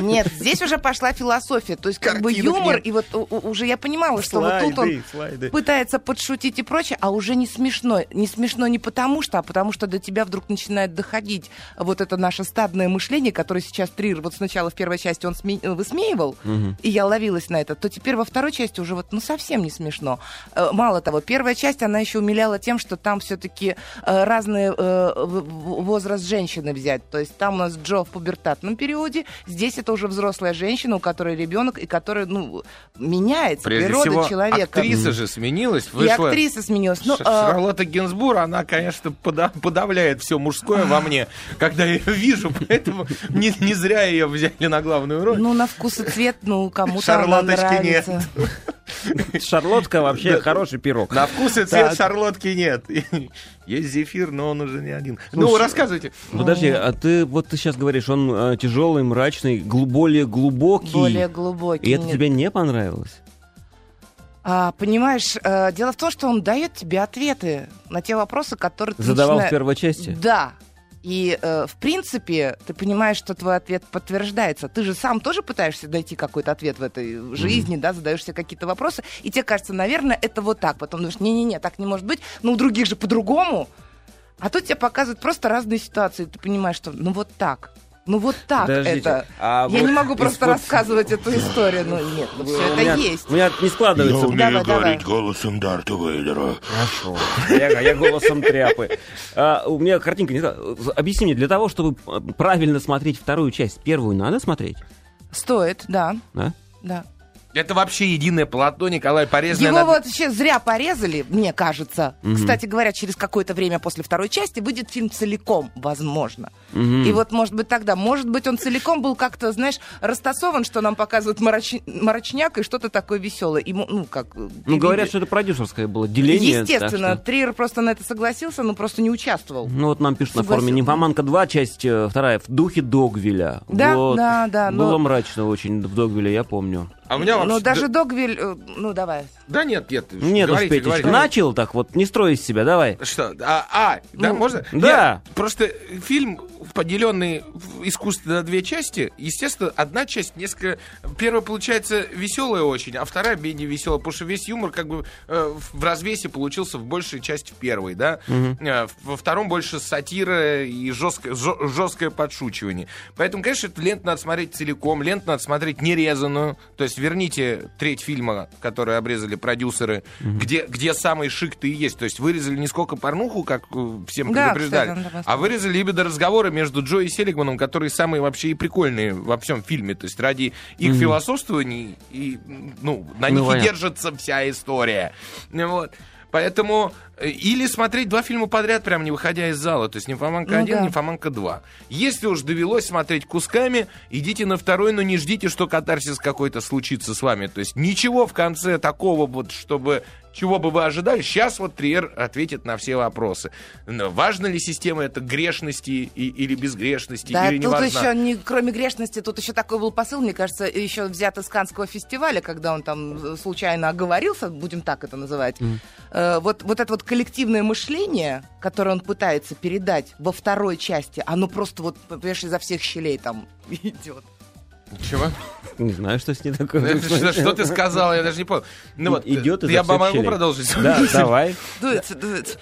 нет, здесь уже пошла философия. То есть, как бы Картинок юмор, нет. и вот у- у- уже я понимала, что вот Слайды, тут он слайды. пытается подшутить и прочее, а уже не смешно. Не смешно не потому что, а потому что до тебя вдруг начинает доходить вот это наше стадное мышление, которое сейчас Трир, вот сначала в первой части он сме- э, высмеивал, и я ловилась на это, то теперь во второй части уже вот ну совсем не смешно. Э, Мало того, первая часть, она еще умиляла тем, что там все-таки разные э, в- в- возраст женщины взять. То есть там у нас Джо в пубертатном периоде, здесь это уже взрослая женщина, у которой ребенок, и которая, ну, меняется, Прежде природа всего, человека. актриса же сменилась, И вышла... актриса сменилась. Ну, Ш- э, Шарлотта Гинзбур, она, конечно, пода- подавляет все мужское во мне, когда я ее вижу, поэтому не, не зря ее взяли на главную роль. ну, на вкус и цвет, ну, кому-то она Шарлоточки нет. нравится. Шарлотка вообще хороший пирог. На вкус и цвет Так. Шарлотки нет. [LAUGHS] Есть зефир, но он уже не один. Ну, Слушай, рассказывайте. Подожди, а ты вот ты сейчас говоришь, он тяжелый, мрачный, глу- более глубокий. Более глубокий. И это нет. тебе не понравилось? А, понимаешь, э, дело в том, что он дает тебе ответы на те вопросы, которые ты Задавал в начина- первой части? Да. И, э, в принципе, ты понимаешь, что твой ответ подтверждается. Ты же сам тоже пытаешься найти какой-то ответ в этой жизни, да, задаешь себе какие-то вопросы, и тебе кажется, наверное, это вот так. Потом думаешь, не-не-не, так не может быть, но у других же по-другому. А тут тебе показывают просто разные ситуации, и ты понимаешь, что ну вот так, ну вот так Подождите, это. а Я вот не могу из- просто вот- рассказывать эту историю, ну нет, ну все У это меня- есть. У меня не складывается. умею Давай, давай. говорить голосом Дарта Вейдера. [LAUGHS] Я, я голосом тряпы. А, у меня картинка не та. Объясни мне, для того, чтобы э, правильно смотреть вторую часть, первую надо смотреть? Стоит, да, Да? да. Это вообще единое полотно Николай Порезный. Его вот вообще зря порезали, мне кажется. Кстати говоря, через какое-то время после второй части выйдет фильм целиком, возможно. И вот, может быть, тогда, может быть, он целиком был как-то, знаешь, растасован, что нам показывают мороч- морочняк и что-то такое веселое. Ему, ну, как... Ну, говорят, что это продюсерское было деление. так Естественно, что- Триер просто на это согласился, но просто не участвовал. Ну вот нам пишут на Согласен. форуме «Нимфоманка 2», часть э, вторая, в духе Догвиля. Да, Вот. да, да, но- Было мрачно очень в Догвиле, я помню. А у меня вообще... Ну, даже Да, Догвиль... э, Ну, давай. да нет, нет. Нет, уж, говорите, ну, Петечка, говорите. начал так вот, не строй из себя, давай. Что? А, а, да, Ну, можно? да. Нет, просто фильм, поделенный в искусственно на две части, естественно, одна часть несколько... Первая получается веселая очень, а вторая менее веселая, потому что весь юмор как бы э, в- в развесе получился в большей части в первой, да? Э, в- Во втором больше сатира и жесткое, жё- жесткое подшучивание. Поэтому, конечно, эту ленту надо смотреть целиком, ленту надо смотреть нерезанную. То есть верните треть фильма, который обрезали продюсеры, где, где самый шик-то и есть. То есть вырезали не сколько порнуху, как э, всем Да, предупреждали, кстати, надо а посмотреть. вырезали именно разговоры между Джо и Селигманом, которые самые вообще и прикольные во всем фильме. То есть ради их философствований, и, ну, на Ну, них и понятно. держится вся история. Ну, Вот. Поэтому э, или смотреть два фильма подряд, прям не выходя из зала. То есть «Нимфоманка-1», Ну да. «Нимфоманка 2». Если уж довелось смотреть кусками, идите на второй, но не ждите, что катарсис какой-то случится с вами. То есть ничего в конце такого вот, чтобы... Чего бы вы ожидали? Сейчас вот Триер ответит на все вопросы. Но важна ли система это грешности и- или безгрешности, Да, или не тут важна? еще, не, кроме грешности, тут еще такой был посыл, мне кажется, еще взят из Канского фестиваля, когда он там э, случайно оговорился, будем так это называть. Э, вот, вот это вот коллективное мышление, которое он пытается передать во второй части, оно просто вот, понимаешь, изо всех щелей там [LAUGHS] идет. Чего? Не знаю, что с ней такое. Это Что [LAUGHS] что ты сказал? Я даже не понял. Ну вот, Идет изо я всех могу щелей. продолжить? Да, давай. Дуется, дуется.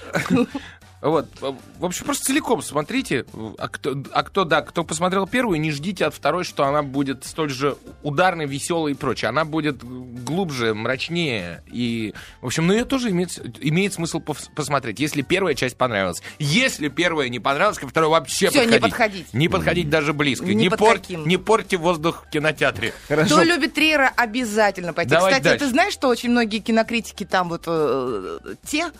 Вот, в в общем, просто целиком смотрите. А кто, а кто, да, кто посмотрел первую, не ждите от второй, что она будет столь же ударной, веселой и прочее. Она будет глубже, мрачнее. И, в общем, ну ее тоже имеет, с- имеет смысл пов- посмотреть, если первая часть понравилась. Если первая не понравилась, ко второй вообще Всё, подходить. не подходить. Не подходить даже близко. Ни Не, под порт- каким. не порти воздух в кинотеатре. Кто любит Триера, обязательно пойти. Давай Кстати, дальше. ты знаешь, что очень многие кинокритики там вот э, те,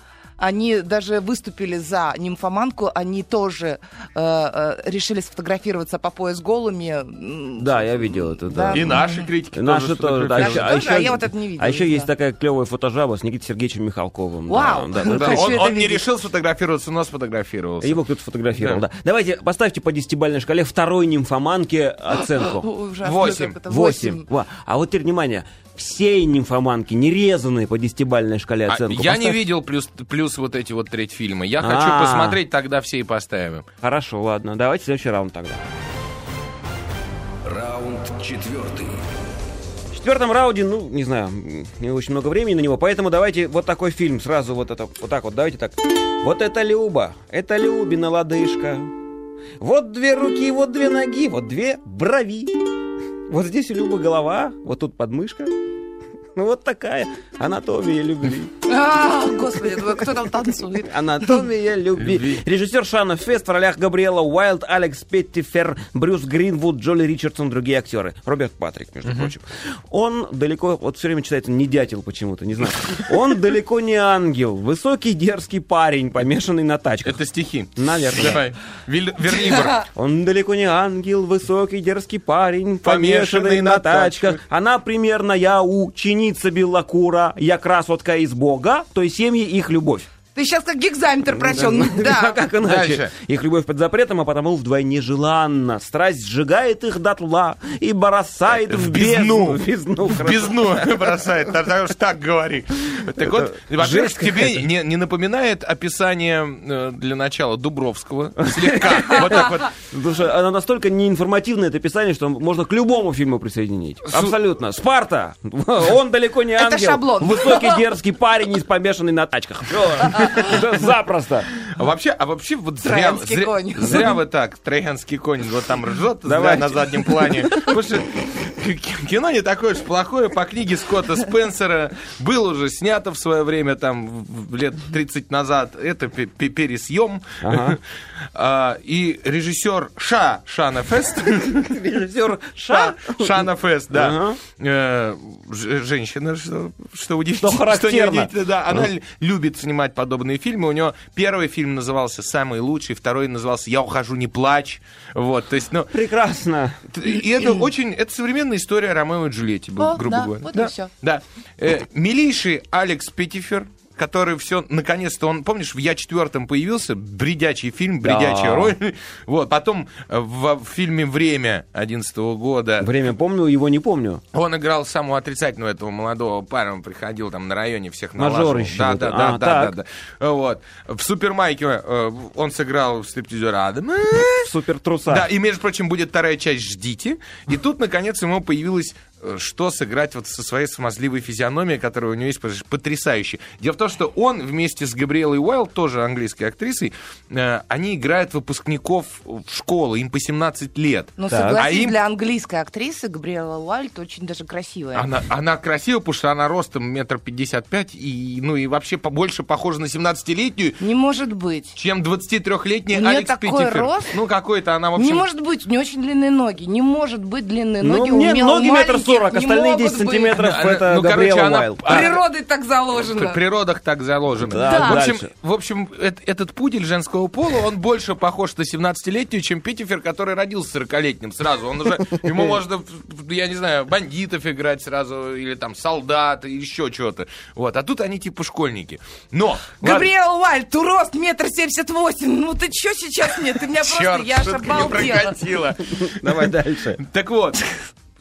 они даже выступили за нимфоманку, они тоже э, э, решили сфотографироваться по пояс голыми. м, Да, я видел это, да. И наши критики Наши тоже, да. сфотографировали. Наши тоже, а я вот это не видела, А еще не есть знаю. такая клевая фотожаба с Никитой Сергеевичем Михалковым. да, Вау. да, Ну, да. Да, Хочу он это он не видеть. решил сфотографироваться, но сфотографировался. Его кто-то фотографировал, да. Давайте поставьте по десятибальной шкале второй нимфоманке О, оценку. ужасно, Восемь. как это, Восемь. Во. А вот теперь внимание. Все нимфоманки нерезанные по десятибальной шкале А, оценку. я не Поставь- видел плюс, плюс вот эти вот треть фильма. Я хочу А. посмотреть, тогда все и поставим. Хорошо, ладно. Давайте следующий раунд тогда. Раунд четвертый. В четвертом раунде, ну, не знаю, м, не очень много времени на него, поэтому давайте вот такой фильм сразу вот это, вот так вот, давайте так. Вот это Люба, это Любина лодыжка. Вот две руки, вот две ноги, вот две брови. Вот здесь у Любы голова, вот тут подмышка. [LAUGHS] Ну вот такая анатомия любви. восемь. А, господи, я думаю, кто там танцует? Анатомия любви. Режиссер Шана Фест в ролях Габриэла Уайлд, Алекс Петтифер, Брюс Гринвуд, Джоли Ричардсон, другие актеры. Роберт Патрик, между прочим. Он далеко, вот все время читается не дятел почему-то, не знаю. Он далеко не ангел. Высокий дерзкий парень, помешанный на тачках. Это стихи. Наверное. Давай. Виль- Верни [LAUGHS] бр. Он далеко не ангел, высокий дерзкий парень, Помешанный помешанный на на тачках. тачках. Она примерно я ученица белокура, я красотка из Бога, то есть семьи их любовь. Ты сейчас как гигзаметр прочел. Ну, [LAUGHS] А Да. как иначе? Дальше. Их любовь под запретом, а потому вдвойне желанна. Страсть сжигает их дотла и бросает в, Э, В бездну. бездну. [LAUGHS] В бездну, В хорошо. бездну [LAUGHS] бросает, потому что так говори. Так вот, во-первых, жесть тебе не, не напоминает описание э, для начала Дубровского? Слегка. Вот так вот. Потому что она настолько неинформативная, это писание, что можно к любому фильму присоединить. Абсолютно. Спарта! [LAUGHS] Он далеко не Это ангел. шаблон. [LAUGHS] Высокий дерзкий парень, из помешанный на тачках. Всё. [LAUGHS] Это Запросто. А вообще, а вообще вот зря, Троянский зря, конь. зря вы так, троянский конь, вот там ржет зря Давайте. на заднем плане. Потому что К- Кино не такое уж плохое. По книге Скотта Спенсера было уже снято в свое время, там, в- лет 30 назад. Это пе- пе- пересъем. А, И режиссер Ша Шана Фест. Режиссер Ша. Шана Фест, да. Э, ж- Женщина, что [LAUGHS] что удивительно. характерно. неудивительно, да. Она л- любит снимать подобные фильмы. У нее первый фильм назывался «Самый лучший», второй назывался «Я ухожу, не плачь». Вот, то есть, ну, Прекрасно. и это очень... Это современная история Ромео и Джульетти, был, О, грубо да, говоря. вот и да, всё. да. Э, милейший Алекс Петтифер, который все, наконец-то, он, помнишь, в «Я четвертом» появился, бредячий фильм, бредячая Да. роль. [LAUGHS] Вот, потом э, в, в фильме «Время» 11 года Время помню, его не помню. он играл самого отрицательного этого молодого парня, он приходил там на районе всех Мажор налаживал. еще Да, вот да, это. да, А, да, так. да, да. Вот. В Супермайке э, он сыграл стриптизера Адама. Супер труса. Да, и, между прочим, будет вторая часть «Ждите». И тут, наконец, ему появилось э, что сыграть вот со своей смазливой физиономией, которая у него есть потому что потрясающе. Дело в том, что он вместе с Габриэлой Уайлд, тоже английской актрисой, э, они играют выпускников в школы, им по 17 лет. Ну, Так. А согласись, им- для английской актрисы Габриэла Уальт очень даже красивая. Она, она красива, потому что она ростом метр пятьдесят пять, и, ну и вообще побольше похожа на 17-летнюю, Не может быть. чем 23-летний У неё Алекс такой Питтифер. рост. Ну, какой-то она, в Не общем... может быть, не очень длинные ноги. Не может быть длинные Ну, ноги. у мне мел- ноги метр маленьких сорок, не остальные могут 10 быть. сантиметров Она- это ну, короче, Габриэла она- [LAUGHS] Уайлд. А, Природой так В заложено. природах так заложено. Да, в общем, дальше. в общем эт- этот пудель женского пола, он больше похож на 17-летнюю, чем Питтифер, который родился 40-летним сразу. Он уже, ему можно, в- в- я не знаю, бандитов играть сразу, или там солдат, или еще что-то. Вот. А тут они типа школьники. Но! ладно. Габриэла Уальт, у рост метр семьдесят восемь. Ну ты чё сейчас мне? Ты меня просто, Черт, я аж шутка не обалдела. прокатила. Давай дальше. Так вот.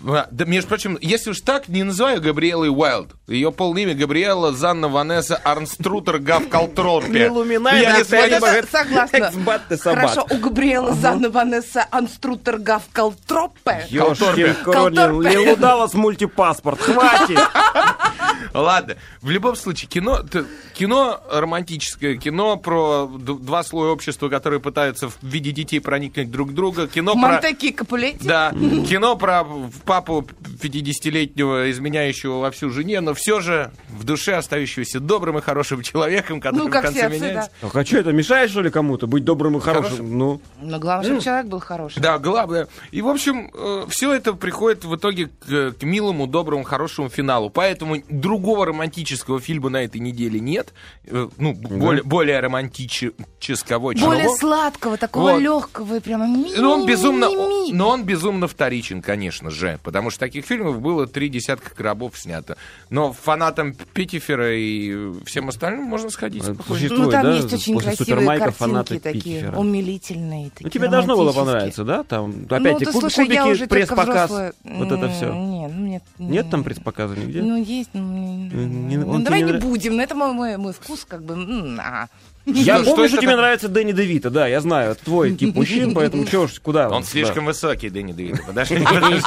а, Да, между прочим, если уж так, не называю Габриэлой Уайлд. Ее полное имя Габриэла Занна Ванесса Арнструтер Гав Калтропе. Не луминай, Я да, не ты- знаю, Спасибо, Это это Согласна. экс-бат ты собак. Хорошо, у Габриэла Занна Ванесса Анструтер Гав Калтропе. Ёшкин король, Колторпе. Лилудалас мультипаспорт, хватит! Ладно. В любом случае, кино, т- кино романтическое, кино про д- два слоя общества, которые пытаются в виде детей проникнуть друг в друга, кино про... Монтеки Капулетти. Да, кино про папу 50-летнего, изменяющего во всю жене, но все же в душе остающегося добрым и хорошим человеком, который Ну, в как конце все отцы, меняется. Так а что это, мешаешь, что ли, кому-то быть добрым и хорошим? Хорошим. Ну, Но главное, чтобы человек был хороший. Да, главное. И, в общем, все это приходит в итоге к, к милому, доброму, хорошему финалу. Поэтому другого романтического фильма на этой неделе нет. Э, Ну, б- более, более романтического, чем Более его. сладкого, такого Вот. легкого и прямо ми Но он, безумно, ми- ми- но он безумно вторичен, конечно же, потому что таких фильмов было три десятка коробов снято. Но фанатам Питтифера и всем остальным можно сходить. Это спокойно. существует, Ну, там да, есть очень после красивые Супермайка картинки фанаты такие, Питтифера. умилительные. Такие, Ну, тебе должно было понравиться, романтические. да? Там, опять-таки, ну, ты, куб- слушай, я кубики, уже только пресс-показ, взрослая. вот это М, все. Нет, ну, нет. Нет м, там пресс-показа нигде? Ну, есть. ну, м, Не- ну, он тебе давай не не нрав- будем, но это мой, мой, мой вкус, как бы. м, а. Я Что- что помню, что, это тебе такое? нравится Дэнни Девита, да, я знаю, это твой тип мужчин, поэтому чё уж, куда Он да. слишком высокий, Дэнни Девида. Подожди, подожди.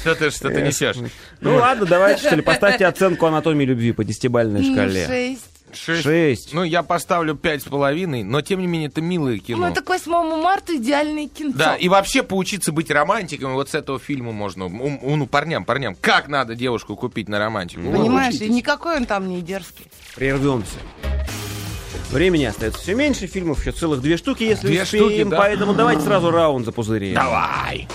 Что ты, что ты несешь? Ну ладно, давайте, что ли, поставьте оценку анатомии любви по десятибалльной Ну, шкале. шесть. Шесть. Шесть. Ну, я поставлю пять с половиной, но тем не менее это милое кино. Ну, это к 8 марта идеальное кинцо. Да, и вообще поучиться быть романтиком, вот с этого фильма можно, ум- ну, парням, парням, как надо девушку купить на романтику. Вот, Понимаешь, и учитесь. никакой он там не дерзкий. Прервемся. Времени остается все меньше, фильмов еще целых две штуки, если Две успеем, штуки, да. поэтому давайте сразу раунд запузырим. Давай!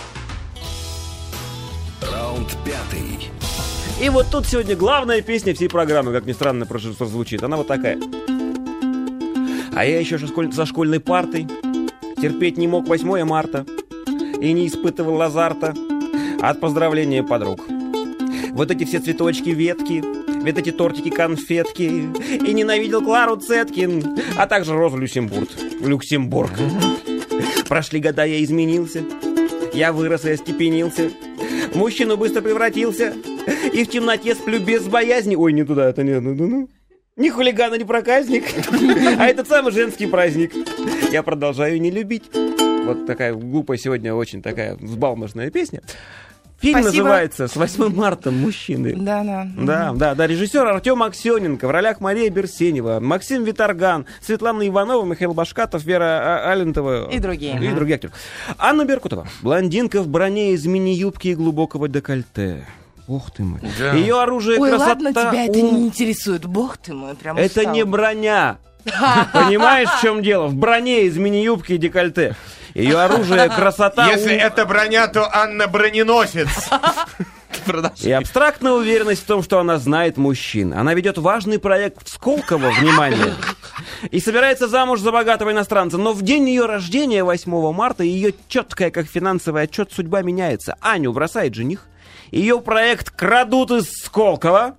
Раунд пятый. И вот тут сегодня главная песня всей программы, как ни странно, прошу, звучит. Она вот такая. А я еще школь- за школьной партой терпеть не мог 8 марта и не испытывал азарта от поздравления подруг. Вот эти все цветочки, ветки, вот эти тортики, конфетки. И ненавидел Клару Цеткин, а также Розу Люксембург. Люксембург. Прошли года, я изменился. Я вырос и остепенился. В Мужчину быстро превратился. И в темноте сплю без боязни. Ой, не туда, это не... Ну, ну, ну. Ни хулигана, ни проказник. А этот самый женский праздник. Я продолжаю не любить. Вот такая глупая сегодня очень такая взбалмошная песня. Фильм Спасибо. называется «С 8 марта мужчины». Да, да. Да, да, да. Режиссер Артем Аксененко в ролях Мария Берсенева, Максим Виторган, Светлана Иванова, Михаил Башкатов, Вера а, Алентова. И другие. И другие актеры. Анна Беркутова. Блондинка в броне из мини-юбки и глубокого декольте. Ох ты мой. Да. Ее оружие Ой, красота. ладно, тебя это ум. не интересует. Бог ты мой, прям Это устала. не [LAUGHS] броня. Понимаешь, в чем дело? В броне из мини-юбки и декольте. Ее оружие красота. Если ум. это броня, то Анна броненосец. И абстрактная уверенность в том, что она знает мужчин. Она ведет важный проект в Сколково, внимание, и собирается замуж за богатого иностранца. Но в день ее рождения, 8 марта, ее четкая, как финансовый отчет, судьба меняется. Аню бросает жених. Ее проект крадут из Сколково.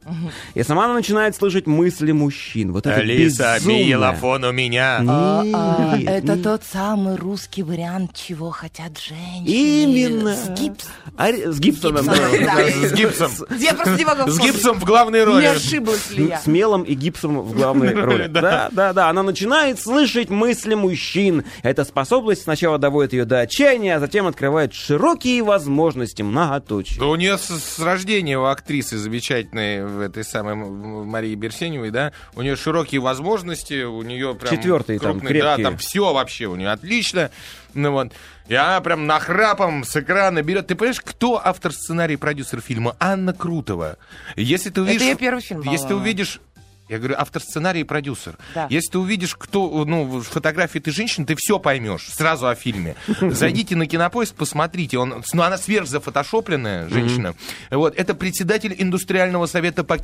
И сама она начинает слышать мысли мужчин. Вот это Алиса, безумное. милофон у меня. А, а, Нет, это нет. тот самый русский вариант, чего хотят женщины. Именно. С гипс. А, с гипсоном. Гипсоном, да. да. С гипсом. Я просто не могу С вспомнить, гипсом в главной Не роли. ошиблась ли я? С мелом и гипсом в главной [LAUGHS] роли. Да, да, да. Она начинает слышать мысли мужчин. Эта способность сначала доводит ее до отчаяния, а затем открывает широкие возможности многоточие. Да у нее с, с рождения у актрисы замечательной, в этой самой М- М- Марии Берсеневой, да, у нее широкие возможности, у нее прям... Четвертые там, крупные, Да, крепкие. там все вообще у нее отлично. Ну вот. И она прям нахрапом с экрана берет. Ты понимаешь, кто автор сценария и продюсер фильма? Анна Крутова. Если ты увидишь... её первый фильм, Если ты по-моему. увидишь... Я говорю, автор сценария и продюсер. Да. Если ты увидишь, кто, ну, в фотографии ты женщин, ты все поймешь сразу о фильме. Зайдите на кинопоиск, посмотрите. Он, ну, она сверхзафотошопленная женщина. Вот, это председатель индустриального совета по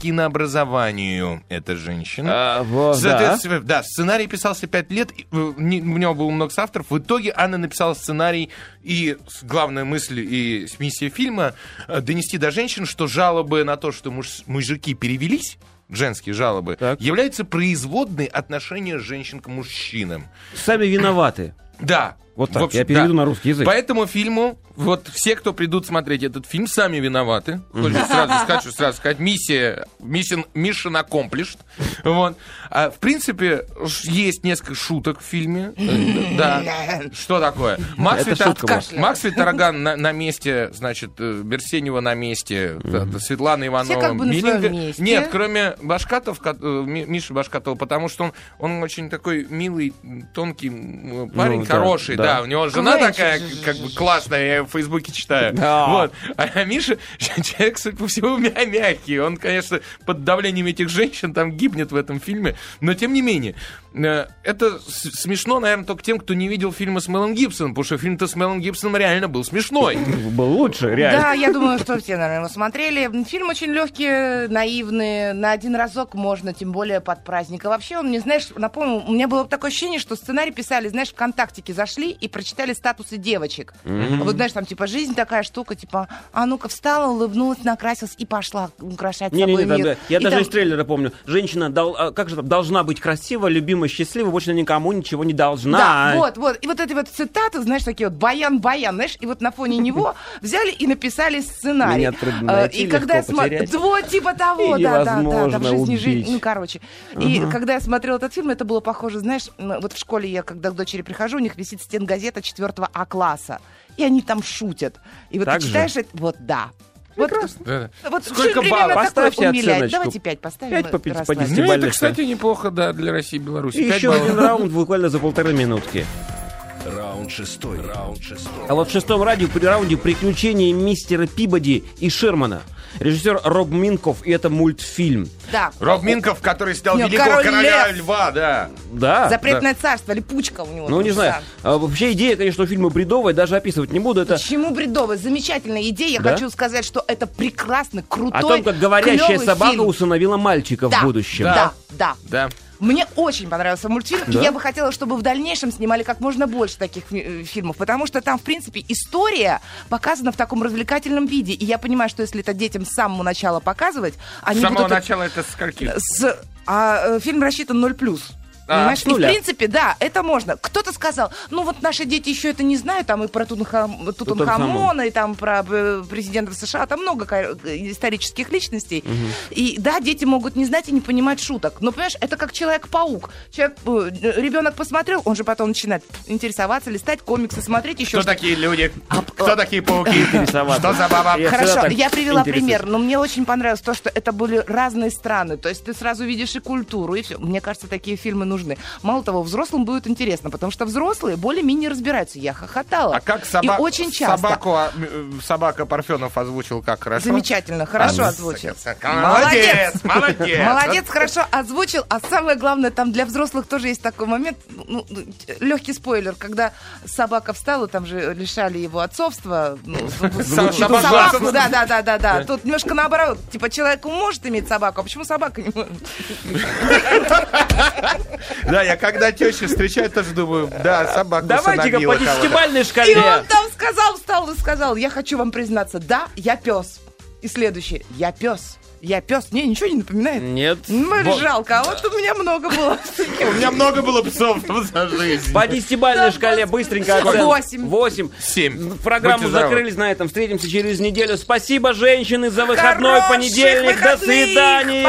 кинообразованию. Это женщина. А, вот, да. Соответственно, да, сценарий писался пять лет, и, э, не- у него было много соавторов. В итоге Анна написала сценарий и с- главная мысль и с- миссия фильма э, донести до женщин, что жалобы на то, что муж- мужики перевелись, женские жалобы, Так. являются производной отношения женщин к мужчинам. Сами виноваты. Да. Вот так, В общем, я переведу да. на русский язык. По этому фильму, вот все, кто придут смотреть этот фильм, сами виноваты. Хочу сразу скажу, сразу сказать, миссия, mission, mission accomplished. Вот. А, в принципе, ш- есть несколько шуток в фильме. Э, Да. Что такое? Макс, Это Витар- шутка была. Макс Виторган на, на месте, значит, э, Берсенева на месте, т- Светлана Иванова. Все как бы на своём Белинга. месте. Нет, кроме Башкатов, ко- э, Ми- Миши Башкатова, потому что он, он очень такой милый, тонкий м, э, парень, Ну, да, хороший, да. да. У него жена Квенчик такая, же, как же, бы же. классная, я её в Фейсбуке читаю. Да. Вот. А Миша, [LAUGHS] человек, судя по всему, мя- мягкий. Он, конечно, под давлением этих женщин там гибнет в этом фильме. Но, тем не менее, э, это с- смешно, наверное, только тем, кто не видел фильма с Мелом Гибсоном, потому что фильм-то с Мелом Гибсоном реально был смешной. Был лучше, Да, реально. я думаю, что все, наверное, его смотрели. Фильм очень легкий, наивный. На один разок можно, тем более под праздник. А вообще, он мне, знаешь, напомнил, у меня было такое ощущение, что сценарий писали, знаешь, ВКонтактике зашли и прочитали статусы девочек. Вот, знаешь, там, типа, жизнь такая штука, типа, а ну-ка встала, улыбнулась, накрасилась и пошла украшать Не, не, собой не, мир. я И даже там- из трейлера помню. Женщина, дол- а, как же там, должна быть красива, любима, счастлива, больше никому ничего не должна. Да, вот, вот. И вот эти вот цитаты, знаешь, такие вот баян-баян, знаешь, и вот [LAUGHS] на фоне него взяли и написали сценарий. Меня трудно Э, найти, И когда я легко смотрю... потерять. Вот, типа того, И да, да, да, да, в невозможно жизни жизнь. убить. Ну, короче. И когда я смотрела этот фильм, это было похоже, знаешь, м, вот в школе я, когда к дочери прихожу, у них висит стенгазета 4 А-класса. И они там шутят. И вот Так ты же? читаешь это... Вот, да. Вот, Да. вот Сколько баллов? фильм примерно такой Поставьте умиляет. оценочку. Давайте 5 поставим. Пять мы по пяти- по расслабимся. десяти. Ну, это, Стебальных, кстати, неплохо, да, для России и Беларуси. И Пять еще баллов. один раунд буквально за полторы минутки. Раунд шестой. Раунд шестой. А вот в шестом раунде, при раунде приключения мистера Пибоди и Шермана. Режиссер Роб Минков, и это мультфильм. Да. Роб Минков, который снял Не, великого король короля лев. льва, да. Да. Запретное царство, липучка у него. Ну, там не знаю. вся. А, вообще идея, конечно, у фильма бредовая, даже описывать не буду. [LAUGHS] Это Почему бредовая? Замечательная идея. Я Да? хочу сказать, что это прекрасный, крутой, о том, как говорящая клёвый собака фильм. усыновила мальчика Да, в будущем. Да, да. Да. Мне очень понравился мультфильм, Да? и я бы хотела, чтобы в дальнейшем снимали как можно больше таких э, фильмов, потому что там, в принципе, история показана в таком развлекательном виде, и я понимаю, что если это детям с самого начала показывать, они С самого будут... начала это скольки? С... А э, фильм рассчитан 0+. Понимаешь? с И в нуля. принципе, да, это можно. Кто-то сказал, ну вот наши дети еще это не знают, там и про Тутанхам- Тутанхамона, и там про э, президента США, там много ка- исторических личностей. И да, дети могут не знать и не понимать шуток. Но понимаешь, это как Человек-паук. Человек, э, ребенок посмотрел, он же потом начинает интересоваться, листать комиксы, смотреть еще Кто что-то. А такие люди? Кто такие пауки? Интересоваться. Что за баба? Я всегда Хорошо, так я привела интересуюсь. пример, но мне очень понравилось то, что это были разные страны. То есть ты сразу видишь и культуру, и все. Мне кажется, такие фильмы нужны. Мало того, взрослым будет интересно, потому что взрослые более-менее разбираются. Я хохотала. А как собак? И очень часто. Собаку, а, м, э, собака Парфенов озвучил как хорошо? Замечательно, хорошо А, озвучил. с- Молодец, молодец. Молодец, хорошо озвучил. А самое главное, там для взрослых тоже есть такой момент, ну, легкий спойлер, когда собака встала, там же лишали его отцовства. [LAUGHS] ну, собаку, собаку. Собаку, да, да, да, да, да. Тут немножко наоборот. Типа человек может иметь собаку, а почему собака не может? Да, я когда тещу встречаю, тоже думаю, да, собаку Давайте-ка усыновила по кого-то. десятибальной И он шкале. там сказал, встал и сказал, я хочу вам признаться, да, я пес. И следующее, я пес. Я пес. Не, ничего не напоминает. Нет. Ну, это Вот. жалко, а вот у меня много было. У меня много было псов за жизнь. По десятибальной шкале быстренько оценка. Восемь. Восемь. Семь. Программу Будьте здоровы. закрылись на этом. Встретимся через неделю. Спасибо, женщины, за выходной Хороших понедельник. До выходных. свидания.